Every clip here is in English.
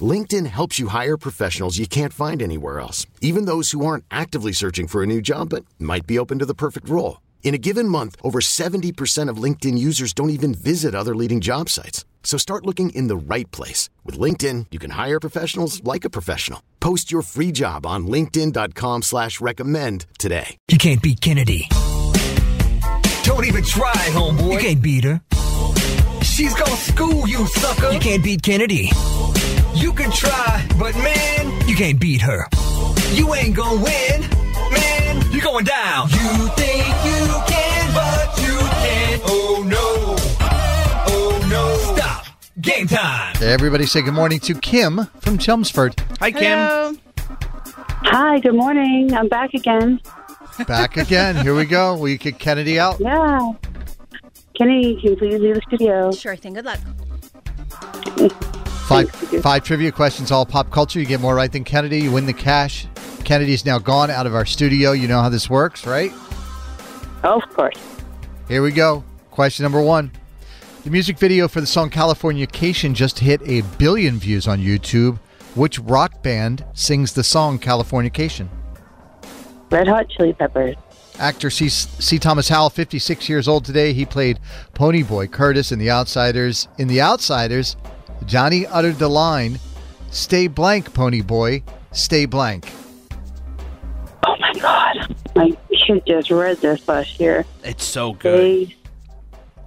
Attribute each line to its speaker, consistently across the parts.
Speaker 1: LinkedIn helps you hire professionals you can't find anywhere else, even those who aren't actively searching for a new job but might be open to the perfect role. In a given month, over 70% of LinkedIn users don't even visit other leading job sites. So start looking in the right place. With LinkedIn, you can hire professionals like a professional. Post your free job on linkedin.com slash recommend today.
Speaker 2: You can't beat Kennedy.
Speaker 3: Don't even try, homeboy.
Speaker 2: You can't beat her.
Speaker 3: She's gonna school you, sucker.
Speaker 2: You can't beat Kennedy.
Speaker 3: You can try, but man,
Speaker 2: you can't beat her.
Speaker 3: You ain't gonna win, man. You're going down. You think you can, but you can't. Oh no. Oh no. Stop. Game time.
Speaker 4: Everybody say good morning to Kim from Chelmsford.
Speaker 5: Hi, Kim.
Speaker 6: Hi, good morning. I'm back again.
Speaker 4: Back again. Here we go. Will you kick Kennedy out?
Speaker 6: Yeah. Kenny, can you please leave the studio?
Speaker 7: Sure thing. Good luck.
Speaker 4: Five five trivia questions, all pop culture. You get more right than Kennedy. You win the cash. Kennedy's now gone out of our studio. You know how this works, right?
Speaker 6: Oh, of course.
Speaker 4: Here we go. Question number one. The music video for the song Californication just hit a billion views on YouTube. Which rock band sings the song Californication?
Speaker 6: Red Hot Chili Peppers.
Speaker 4: Actor C. C. Thomas Howell, 56 years old today. He played Ponyboy Curtis in The Outsiders. In The Outsiders, Johnny uttered the line, Stay blank, Ponyboy, stay blank.
Speaker 6: Oh my God. I should just read this last year.
Speaker 5: It's so good.
Speaker 6: They,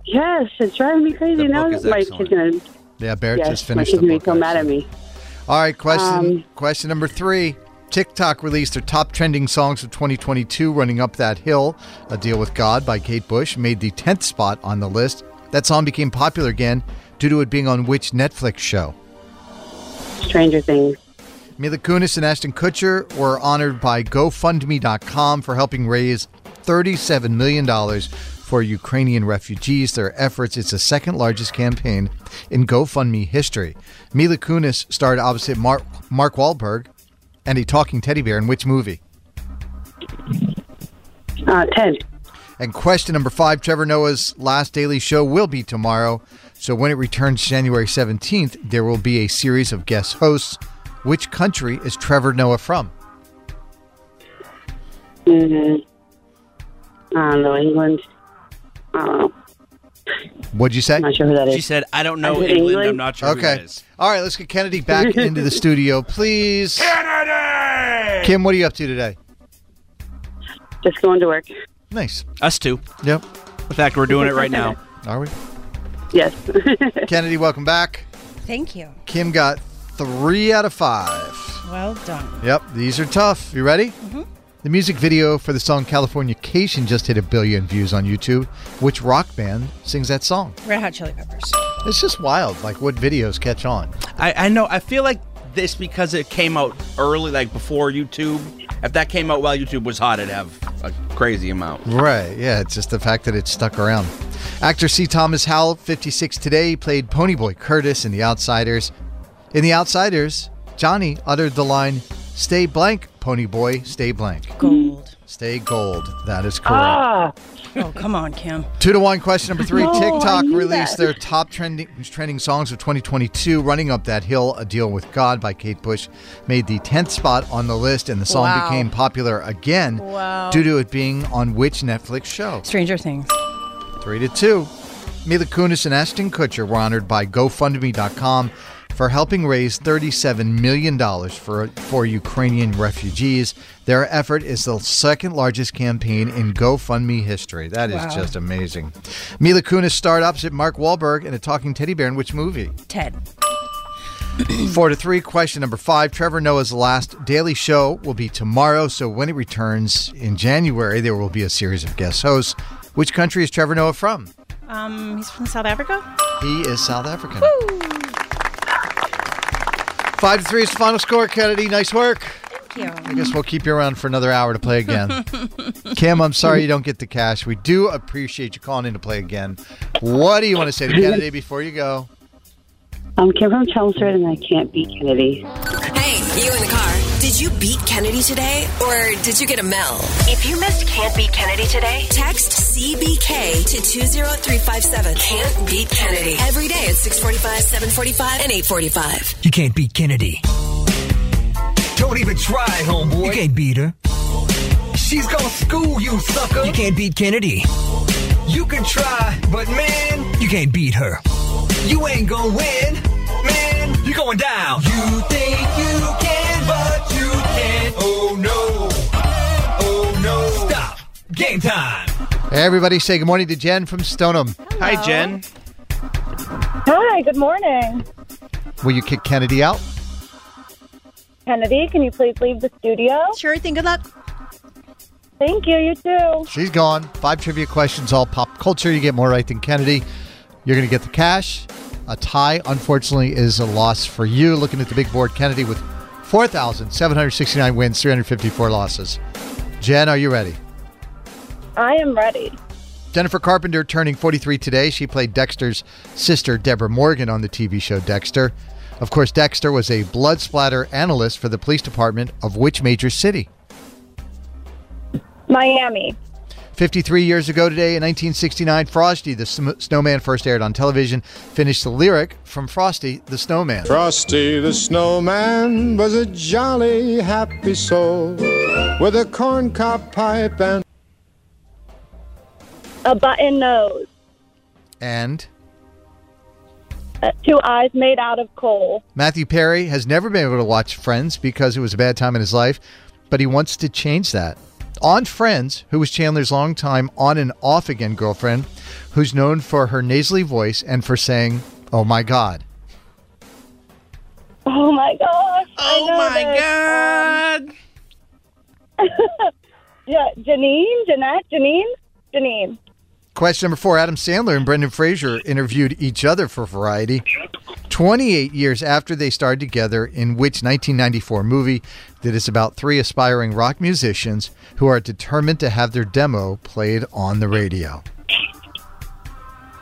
Speaker 6: yes, it's driving me crazy
Speaker 5: The
Speaker 6: now
Speaker 5: book is
Speaker 6: that my
Speaker 5: excellent.
Speaker 6: kid's gonna.
Speaker 4: Yeah, Barrett
Speaker 6: yes,
Speaker 4: just
Speaker 6: my
Speaker 4: finished
Speaker 6: kid's
Speaker 4: the
Speaker 6: gonna be
Speaker 4: book.
Speaker 6: so mad at
Speaker 4: actually.
Speaker 6: me.
Speaker 4: All right, question
Speaker 6: Um,
Speaker 4: question number three. TikTok released their top trending songs of 2022, Running Up That Hill, A Deal with God by Kate Bush, made the 10th spot on the list. That song became popular again due to it being on which Netflix show?
Speaker 6: Stranger Things.
Speaker 4: Mila Kunis and Ashton Kutcher were honored by GoFundMe.com for helping raise $37 million for Ukrainian refugees. Their efforts, it's the second largest campaign in GoFundMe history. Mila Kunis starred opposite Mark, Mark Wahlberg and a talking teddy bear in which movie?
Speaker 6: Uh, Ted.
Speaker 4: And question number five Trevor Noah's last daily show will be tomorrow. So when it returns January 17th, there will be a series of guest hosts. Which country is Trevor Noah from?
Speaker 6: Mm, Mm-hmm. I don't know, England. Uh, I don't know.
Speaker 4: What'd you say?
Speaker 6: I'm not sure who that
Speaker 5: She
Speaker 6: is.
Speaker 5: said, I don't know
Speaker 6: Is it
Speaker 5: England.
Speaker 6: England?
Speaker 5: I'm not sure who that
Speaker 4: Okay.
Speaker 5: is.
Speaker 4: All right, let's get Kennedy back into the studio, please. Kennedy! Kim, what are you up to today?
Speaker 6: Just going to work.
Speaker 4: Nice.
Speaker 5: Us two.
Speaker 4: Yep.
Speaker 5: In fact, we're doing it right now.
Speaker 4: Are we?
Speaker 6: Yes.
Speaker 4: Kennedy, welcome back.
Speaker 7: Thank you.
Speaker 4: Kim got three out of five.
Speaker 7: Well done.
Speaker 4: Yep, these are tough. You ready? Mm-hmm. The music video for the song Californication just hit a billion views on YouTube. Which rock band sings that song?
Speaker 7: Red Hot Chili Peppers.
Speaker 4: It's just wild, like what videos catch on.
Speaker 5: I, I know. I feel like this because it came out early, like before YouTube. If that came out while YouTube was hot, it'd have a crazy amount.
Speaker 4: Right. Yeah. It's just the fact that it stuck around. Actor C. Thomas Howell, 56 today, he played Ponyboy Curtis in The Outsiders. In The Outsiders, Johnny uttered the line, Stay blank, Ponyboy, stay blank.
Speaker 7: Gold.
Speaker 4: Stay gold. That is correct.
Speaker 6: ah,
Speaker 7: Oh, come on, Kim.
Speaker 4: Two to one. Question number three.
Speaker 6: No, I
Speaker 4: TikTok
Speaker 6: knew
Speaker 4: released
Speaker 6: that.
Speaker 4: their top trending trending songs of 2022. "Running Up That Hill," "A Deal with God" by Kate Bush, made the 10th spot on the list, and the song
Speaker 7: Wow.
Speaker 4: became popular again
Speaker 7: Wow.
Speaker 4: due to it being on which Netflix show?
Speaker 7: Stranger Things.
Speaker 4: Three to two. Mila Kunis and Ashton Kutcher were honored by GoFundMe.com for helping raise $37 million for, for Ukrainian refugees. Their effort is the second largest campaign in GoFundMe history. That is
Speaker 7: Wow.
Speaker 4: just amazing. Mila Kunis starred opposite Mark Wahlberg in a talking teddy bear in which movie?
Speaker 7: Ted.
Speaker 4: Four to three. Question number five. Trevor Noah's last daily show will be tomorrow. So when it returns in January, there will be a series of guest hosts. Which country is Trevor Noah from?
Speaker 7: Um, he's from South Africa.
Speaker 4: He is South African. Five to three is the final score, Kennedy. Nice work.
Speaker 7: Thank you.
Speaker 4: I guess we'll keep you around for another hour to play again. Kim, I'm sorry you don't get the cash. We do appreciate you calling in to play again. What do you want to say to Kennedy before you go?
Speaker 6: I'm Kim from Chelmsford, and I can't beat Kennedy.
Speaker 8: Hey, you in the car. Did you beat Kennedy today or did you get a Mel? If you missed Can't Beat Kennedy today, text CBK to 20357. Can't Beat Kennedy. Every day at 645, 745, and 845.
Speaker 2: You can't beat Kennedy.
Speaker 3: Don't even try, homeboy.
Speaker 2: You can't beat her.
Speaker 3: She's gonna school you, sucker.
Speaker 2: You can't beat Kennedy.
Speaker 3: You can try, but man,
Speaker 2: You can't beat her.
Speaker 3: you ain't gonna win. Man, you're going down. You think you can, but you can't. Oh no. Oh no. Stop. Game time.
Speaker 4: Everybody say good morning to Jen from Stoneham.
Speaker 5: Hi, Jen.
Speaker 9: Hi, good morning.
Speaker 4: Will you kick Kennedy out?
Speaker 9: Kennedy, can you please leave the studio?
Speaker 7: Sure thing. Good luck.
Speaker 9: Thank you, you too.
Speaker 4: She's gone. Five trivia questions, all pop culture. You get more right than Kennedy. You're going to get the cash. A tie, unfortunately, is a loss for you. Looking at the big board, Kennedy with 4,769 wins, 354 losses. Jen, are you ready?
Speaker 9: I am ready.
Speaker 4: Jennifer Carpenter turning 43 today. She played Dexter's sister, Deborah Morgan, on the TV show Dexter. Of course, Dexter was a blood splatter analyst for the police department of which major city?
Speaker 9: Miami.
Speaker 4: 53 years ago today in 1969, Frosty the Sm- Snowman first aired on television. Finished the lyric from Frosty the Snowman.
Speaker 10: Frosty the Snowman was a jolly, happy soul with a corncob pipe and
Speaker 9: A button nose.
Speaker 4: And
Speaker 9: Uh, two eyes made out of coal.
Speaker 4: Matthew Perry has never been able to watch Friends because it was a bad time in his life, but he wants to change that. On Friends, who was Chandler's longtime on and off again girlfriend, who's known for her nasally voice and for saying, Oh my God.
Speaker 9: Oh my gosh.
Speaker 5: Oh my
Speaker 7: Oh
Speaker 5: God.
Speaker 9: god. yeah, Janine, Jeanette, Janine, Janine.
Speaker 4: Question number four Adam Sandler and Brendan Fraser interviewed each other for Variety 28 years after they starred together in which 1994 movie that is about three aspiring rock musicians who are determined to have their demo played on the radio.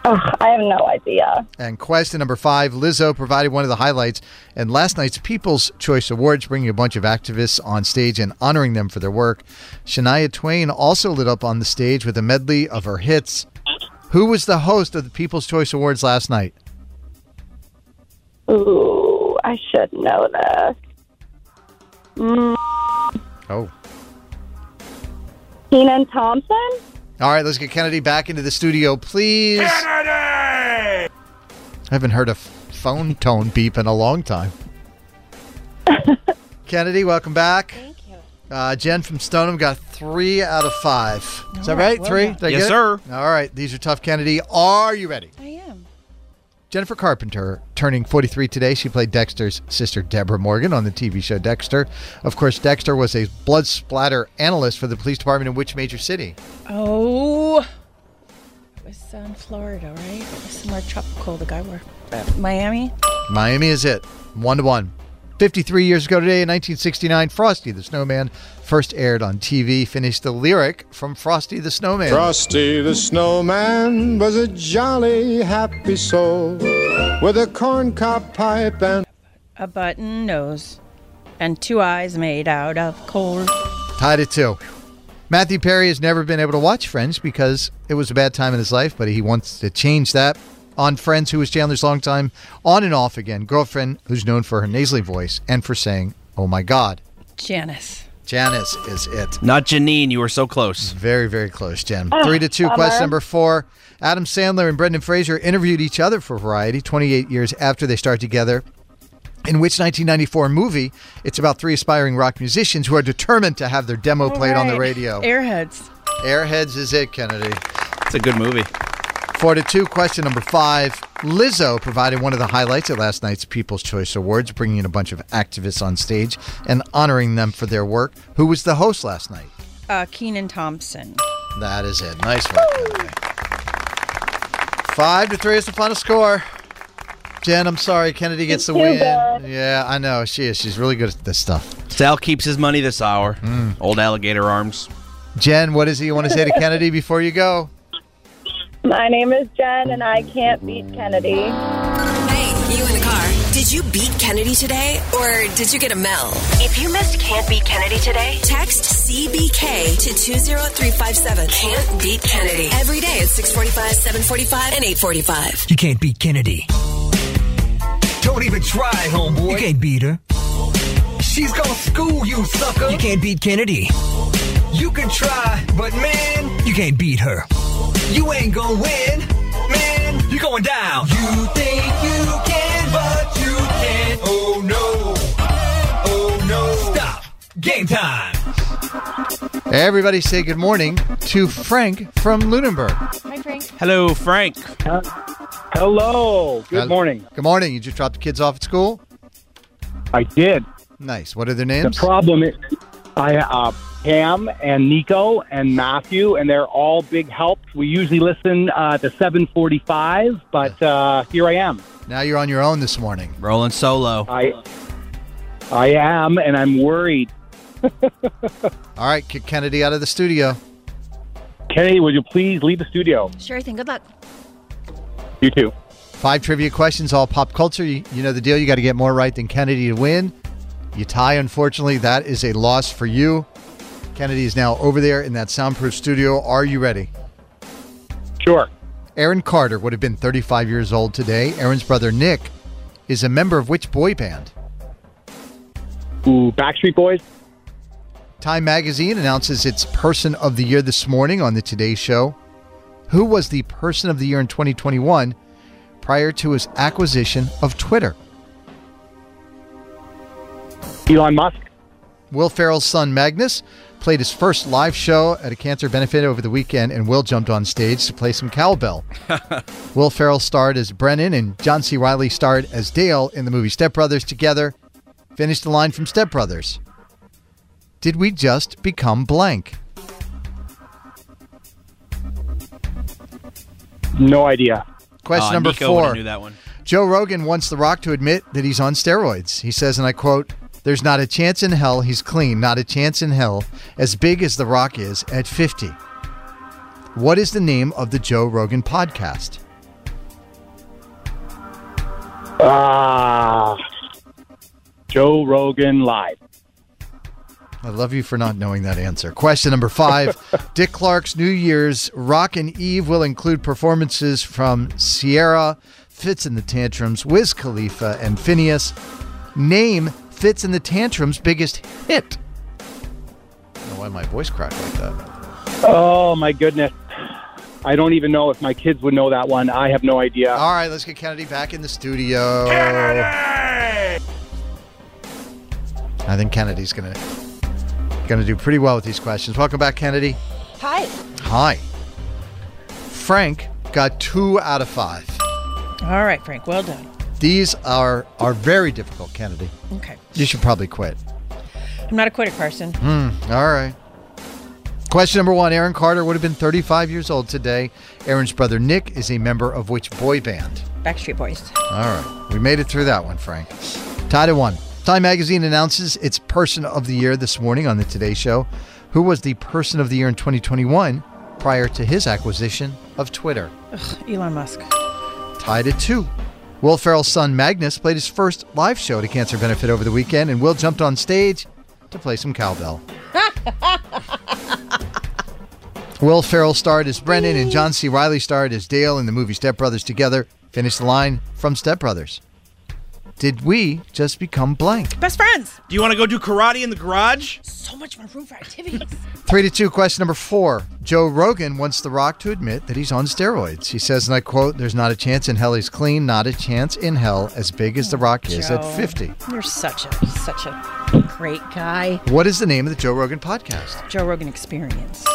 Speaker 9: Ugh, I have no idea.
Speaker 4: And question number five Lizzo provided one of the highlights in last night's People's Choice Awards, bringing a bunch of activists on stage and honoring them for their work. Shania Twain also lit up on the stage with a medley of her hits. Who was the host of the People's Choice Awards last night?
Speaker 9: Ooh, I should know this. Mm,
Speaker 4: Oh.
Speaker 9: Keenan Thompson?
Speaker 4: All right, let's get Kennedy back into the studio, please. Kennedy! I haven't heard a f- phone tone beep in a long time. Kennedy, welcome back.
Speaker 7: Thank you.
Speaker 4: Uh, Jen from Stoneham got three out of five. Is that right?
Speaker 7: Oh, well
Speaker 4: Three?
Speaker 7: done.
Speaker 4: Did I
Speaker 5: Yes,
Speaker 4: get it?
Speaker 5: sir.
Speaker 4: All right. These are tough, Kennedy. Are you ready?
Speaker 7: I am.
Speaker 4: Jennifer Carpenter turning 43 today. She played Dexter's sister, Deborah Morgan, on the TV show Dexter. Of course, Dexter was a blood splatter analyst for the police department in which major city?
Speaker 7: Oh. It was uh, in Florida, right? It was somewhere tropical. The guy wore Miami.
Speaker 4: Miami is it. One to one. 53 years ago today in 1969, Frosty the Snowman first aired on TV. Finished the lyric from Frosty the Snowman.
Speaker 10: Frosty the Snowman was a jolly, happy soul with a corncob pipe and
Speaker 7: A button nose and two eyes made out of coal.
Speaker 4: Tied at two. Matthew Perry has never been able to watch Friends because it was a bad time in his life, but he wants to change that. On Friends, who was Chandler's longtime on and off again girlfriend, who's known for her nasally voice and for saying, Oh my God.
Speaker 7: Janice.
Speaker 4: Janice is it.
Speaker 5: Not Janine. You were so close.
Speaker 4: Very, very close, Jen.
Speaker 9: Ah,
Speaker 4: Three to two.
Speaker 9: bummer.
Speaker 4: Question number four. Adam Sandler and Brendan Fraser interviewed each other for Variety 28 years after they start together. In which 1994 movie? It's about three aspiring rock musicians who are determined to have their demo played on the
Speaker 7: Right.
Speaker 4: radio.
Speaker 7: Airheads.
Speaker 4: Airheads is it, Kennedy.
Speaker 5: It's a good movie.
Speaker 4: Four to two. Question number five. Lizzo provided one of the highlights at last night's People's Choice Awards, bringing in a bunch of activists on stage and honoring them for their work. Who was the host last night?
Speaker 7: Uh, Keenan Thompson.
Speaker 4: That is it. Nice one. Kevin. Five to three is the final score. Jen, I'm sorry. Kennedy gets the
Speaker 5: too
Speaker 4: win.
Speaker 5: bad.
Speaker 4: Yeah, I know. She is. She's really good at this stuff. Mm.
Speaker 5: Sal keeps his money this hour. Old alligator arms.
Speaker 4: Jen, what is it you want to say to Kennedy before you go?
Speaker 9: My name is Jen, and I can't beat Kennedy.
Speaker 8: You in the car. Did you beat Kennedy today or did you get a Mel? If you missed Can't Beat Kennedy today, text CBK to 20357. Can't Beat Kennedy. Every day at 645, 745, and 845.
Speaker 2: You can't beat Kennedy.
Speaker 3: Don't even try, homeboy.
Speaker 2: You can't beat her.
Speaker 3: She's gonna school you, sucker.
Speaker 2: You can't beat Kennedy.
Speaker 3: You can try, but man,
Speaker 2: You can't beat her.
Speaker 3: you ain't gonna win. Man, you're going down. You think you can, but you can't. Oh no. Oh no. Stop. Game time.
Speaker 4: Everybody say good morning to Frank from Lunenburg.
Speaker 7: Hi, Frank.
Speaker 5: Hello, Frank.
Speaker 11: Hello. Good morning.
Speaker 4: Good morning. You just dropped the kids off at school?
Speaker 11: I did.
Speaker 4: Nice. What are their names?
Speaker 11: The problem is, I uh, Pam and Nico and Matthew, and they're all big help. We usually listen uh, to 7:45, but uh, here I am.
Speaker 4: Now you're on your own this morning.
Speaker 5: Rolling solo.
Speaker 11: I I am, and I'm worried.
Speaker 4: All right, kick Kennedy out of the studio.
Speaker 11: Kennedy, would you please leave the studio?
Speaker 7: Sure thing. Good luck.
Speaker 11: You too.
Speaker 4: Five trivia questions, all pop culture. You, you know the deal. You got to get more right than Kennedy to win. You tie, unfortunately. That is a loss for you. Kennedy is now over there in that soundproof studio. Are you ready?
Speaker 11: Sure.
Speaker 4: Aaron Carter would have been 35 years old today. Aaron's brother Nick is a member of which boy band?
Speaker 11: Ooh, Backstreet Boys.
Speaker 4: Time magazine announces its person of the year this morning on the Today Show. Who was the person of the year in 2021 prior to his acquisition of Twitter?
Speaker 11: Elon Musk.
Speaker 4: Will Farrell's son Magnus played his first live show at a cancer benefit over the weekend, and Will jumped on stage to play some cowbell. Will Farrell starred as Brennan, and John C. Riley starred as Dale in the movie Step Brothers together. Finished the line from Step Brothers. Did we just become blank?
Speaker 11: No idea.
Speaker 4: Question
Speaker 5: Aw,
Speaker 4: number
Speaker 5: Uh, Nico would've
Speaker 4: four.
Speaker 5: knew that one.
Speaker 4: Joe Rogan wants The Rock to admit that he's on steroids. He says, and I quote, There's not a chance in hell he's clean, not a chance in hell, as big as The Rock is at 50. What is the name of the Joe Rogan podcast?
Speaker 11: Ah, Joe Rogan live.
Speaker 4: I love you for not knowing that answer. Question number five Dick Clark's New Year's Rock and Eve will include performances from Sierra, Fits in the Tantrums, Wiz Khalifa, and Phineas. Name Fits in the Tantrums' biggest hit. I don't know why my voice cracked like that.
Speaker 11: Oh my goodness. I don't even know if my kids would know that one. I have no idea.
Speaker 4: All right, let's get Kennedy back in the studio. I think Kennedy's gonna gonna do pretty well with these questions. Welcome back, Kennedy.
Speaker 7: Hi.
Speaker 4: Hi. Frank got two out of five.
Speaker 7: All right, Frank. Well done.
Speaker 4: These are are very difficult, Kennedy.
Speaker 7: Okay.
Speaker 4: You should probably quit.
Speaker 7: I'm not a quitter, Carson.
Speaker 4: Hmm. All right. Question number one: Aaron Carter would have been 35 years old today. Aaron's brother Nick is a member of which boy band?
Speaker 7: Backstreet Boys.
Speaker 4: All right. We made it through that one, Frank. Tied at one. Time Magazine announces its Person of the Year this morning on the Today Show. Who was the Person of the Year in 2021 prior to his acquisition of Twitter?
Speaker 7: Ugh, Elon Musk.
Speaker 4: Tied at two. Will Ferrell's son Magnus played his first live show to cancer benefit over the weekend, and Will jumped on stage to play some cowbell. Will Ferrell starred as Brennan, and John C. Riley starred as Dale in the movie Step Brothers together. Finished the line from Step Brothers. Did we just become blank?
Speaker 7: Best friends.
Speaker 5: Do you want to go do karate in the garage?
Speaker 7: So much more room for activities.
Speaker 4: Three to two, question number four. Joe Rogan wants The Rock to admit that he's on steroids. He says, and I quote, There's not a chance in hell he's clean, not a chance in hell as big as The Rock is at
Speaker 7: Joe,
Speaker 4: 50.
Speaker 7: You're such a such a great guy.
Speaker 4: What is the name of the Joe Rogan podcast?
Speaker 7: Joe Rogan Experience.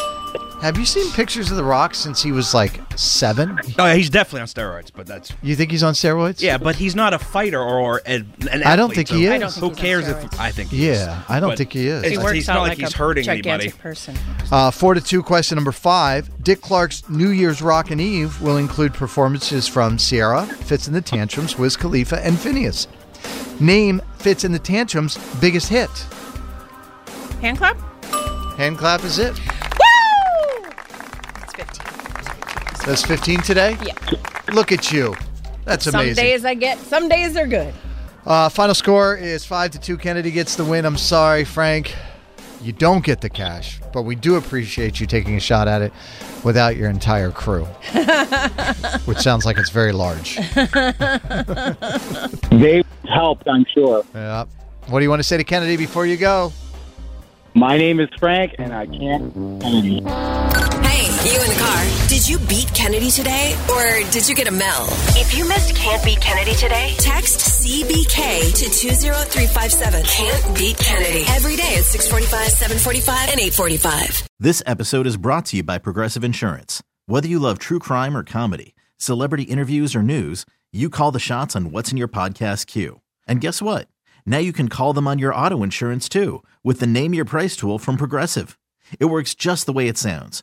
Speaker 4: Have you seen pictures of The Rock since he was like seven?
Speaker 5: No, Oh, yeah, he's definitely on steroids, but that's
Speaker 4: You think he's on steroids?
Speaker 5: yeah, but he's not a fighter or a, an. Athlete,
Speaker 4: I don't think
Speaker 5: so
Speaker 4: he is. I don't think
Speaker 5: Who
Speaker 4: he's on
Speaker 5: cares if
Speaker 4: steroids.
Speaker 5: I think? He
Speaker 4: Yeah,
Speaker 5: is.
Speaker 4: I don't
Speaker 5: But
Speaker 4: think he is.
Speaker 5: It's,
Speaker 4: He works
Speaker 5: he's
Speaker 4: out
Speaker 5: not like,
Speaker 4: like
Speaker 5: he's
Speaker 4: a
Speaker 5: hurting anybody.
Speaker 7: gigantic person.
Speaker 4: Uh, four to two. Question number five: Dick Clark's New Year's Rockin' Eve will include performances from Sierra, Fits in the Tantrums, Wiz Khalifa, and Phineas. Name Fits in the Tantrums' biggest hit.
Speaker 7: Hand clap?
Speaker 4: Hand clap is it.
Speaker 7: Woo! It's 15.
Speaker 4: That's 15 today.
Speaker 7: Yeah.
Speaker 4: Look at you. That's amazing.
Speaker 7: Some days I get, some days they're good.
Speaker 4: Uh, final score is five to two. Kennedy gets the win. I'm sorry, Frank. You don't get the cash, but we do appreciate you taking a shot at it without your entire crew, which sounds like it's very large.
Speaker 11: They helped, I'm sure.
Speaker 4: Yeah. What do you want to say to Kennedy before you go?
Speaker 11: My name is Frank, and I can't. Kennedy.
Speaker 8: Hey, you in the car. Did you beat Kennedy today or did you get a Mel? If you missed Can't Beat Kennedy today, text CBK to 20357. Can't Beat Kennedy. Every day at 645, 745, and 845.
Speaker 12: This episode is brought to you by Progressive Insurance. Whether you love true crime or comedy, celebrity interviews or news, you call the shots on what's in your podcast queue. And guess what? Now you can call them on your auto insurance too with the Name Your Price tool from Progressive. It works just the way it sounds.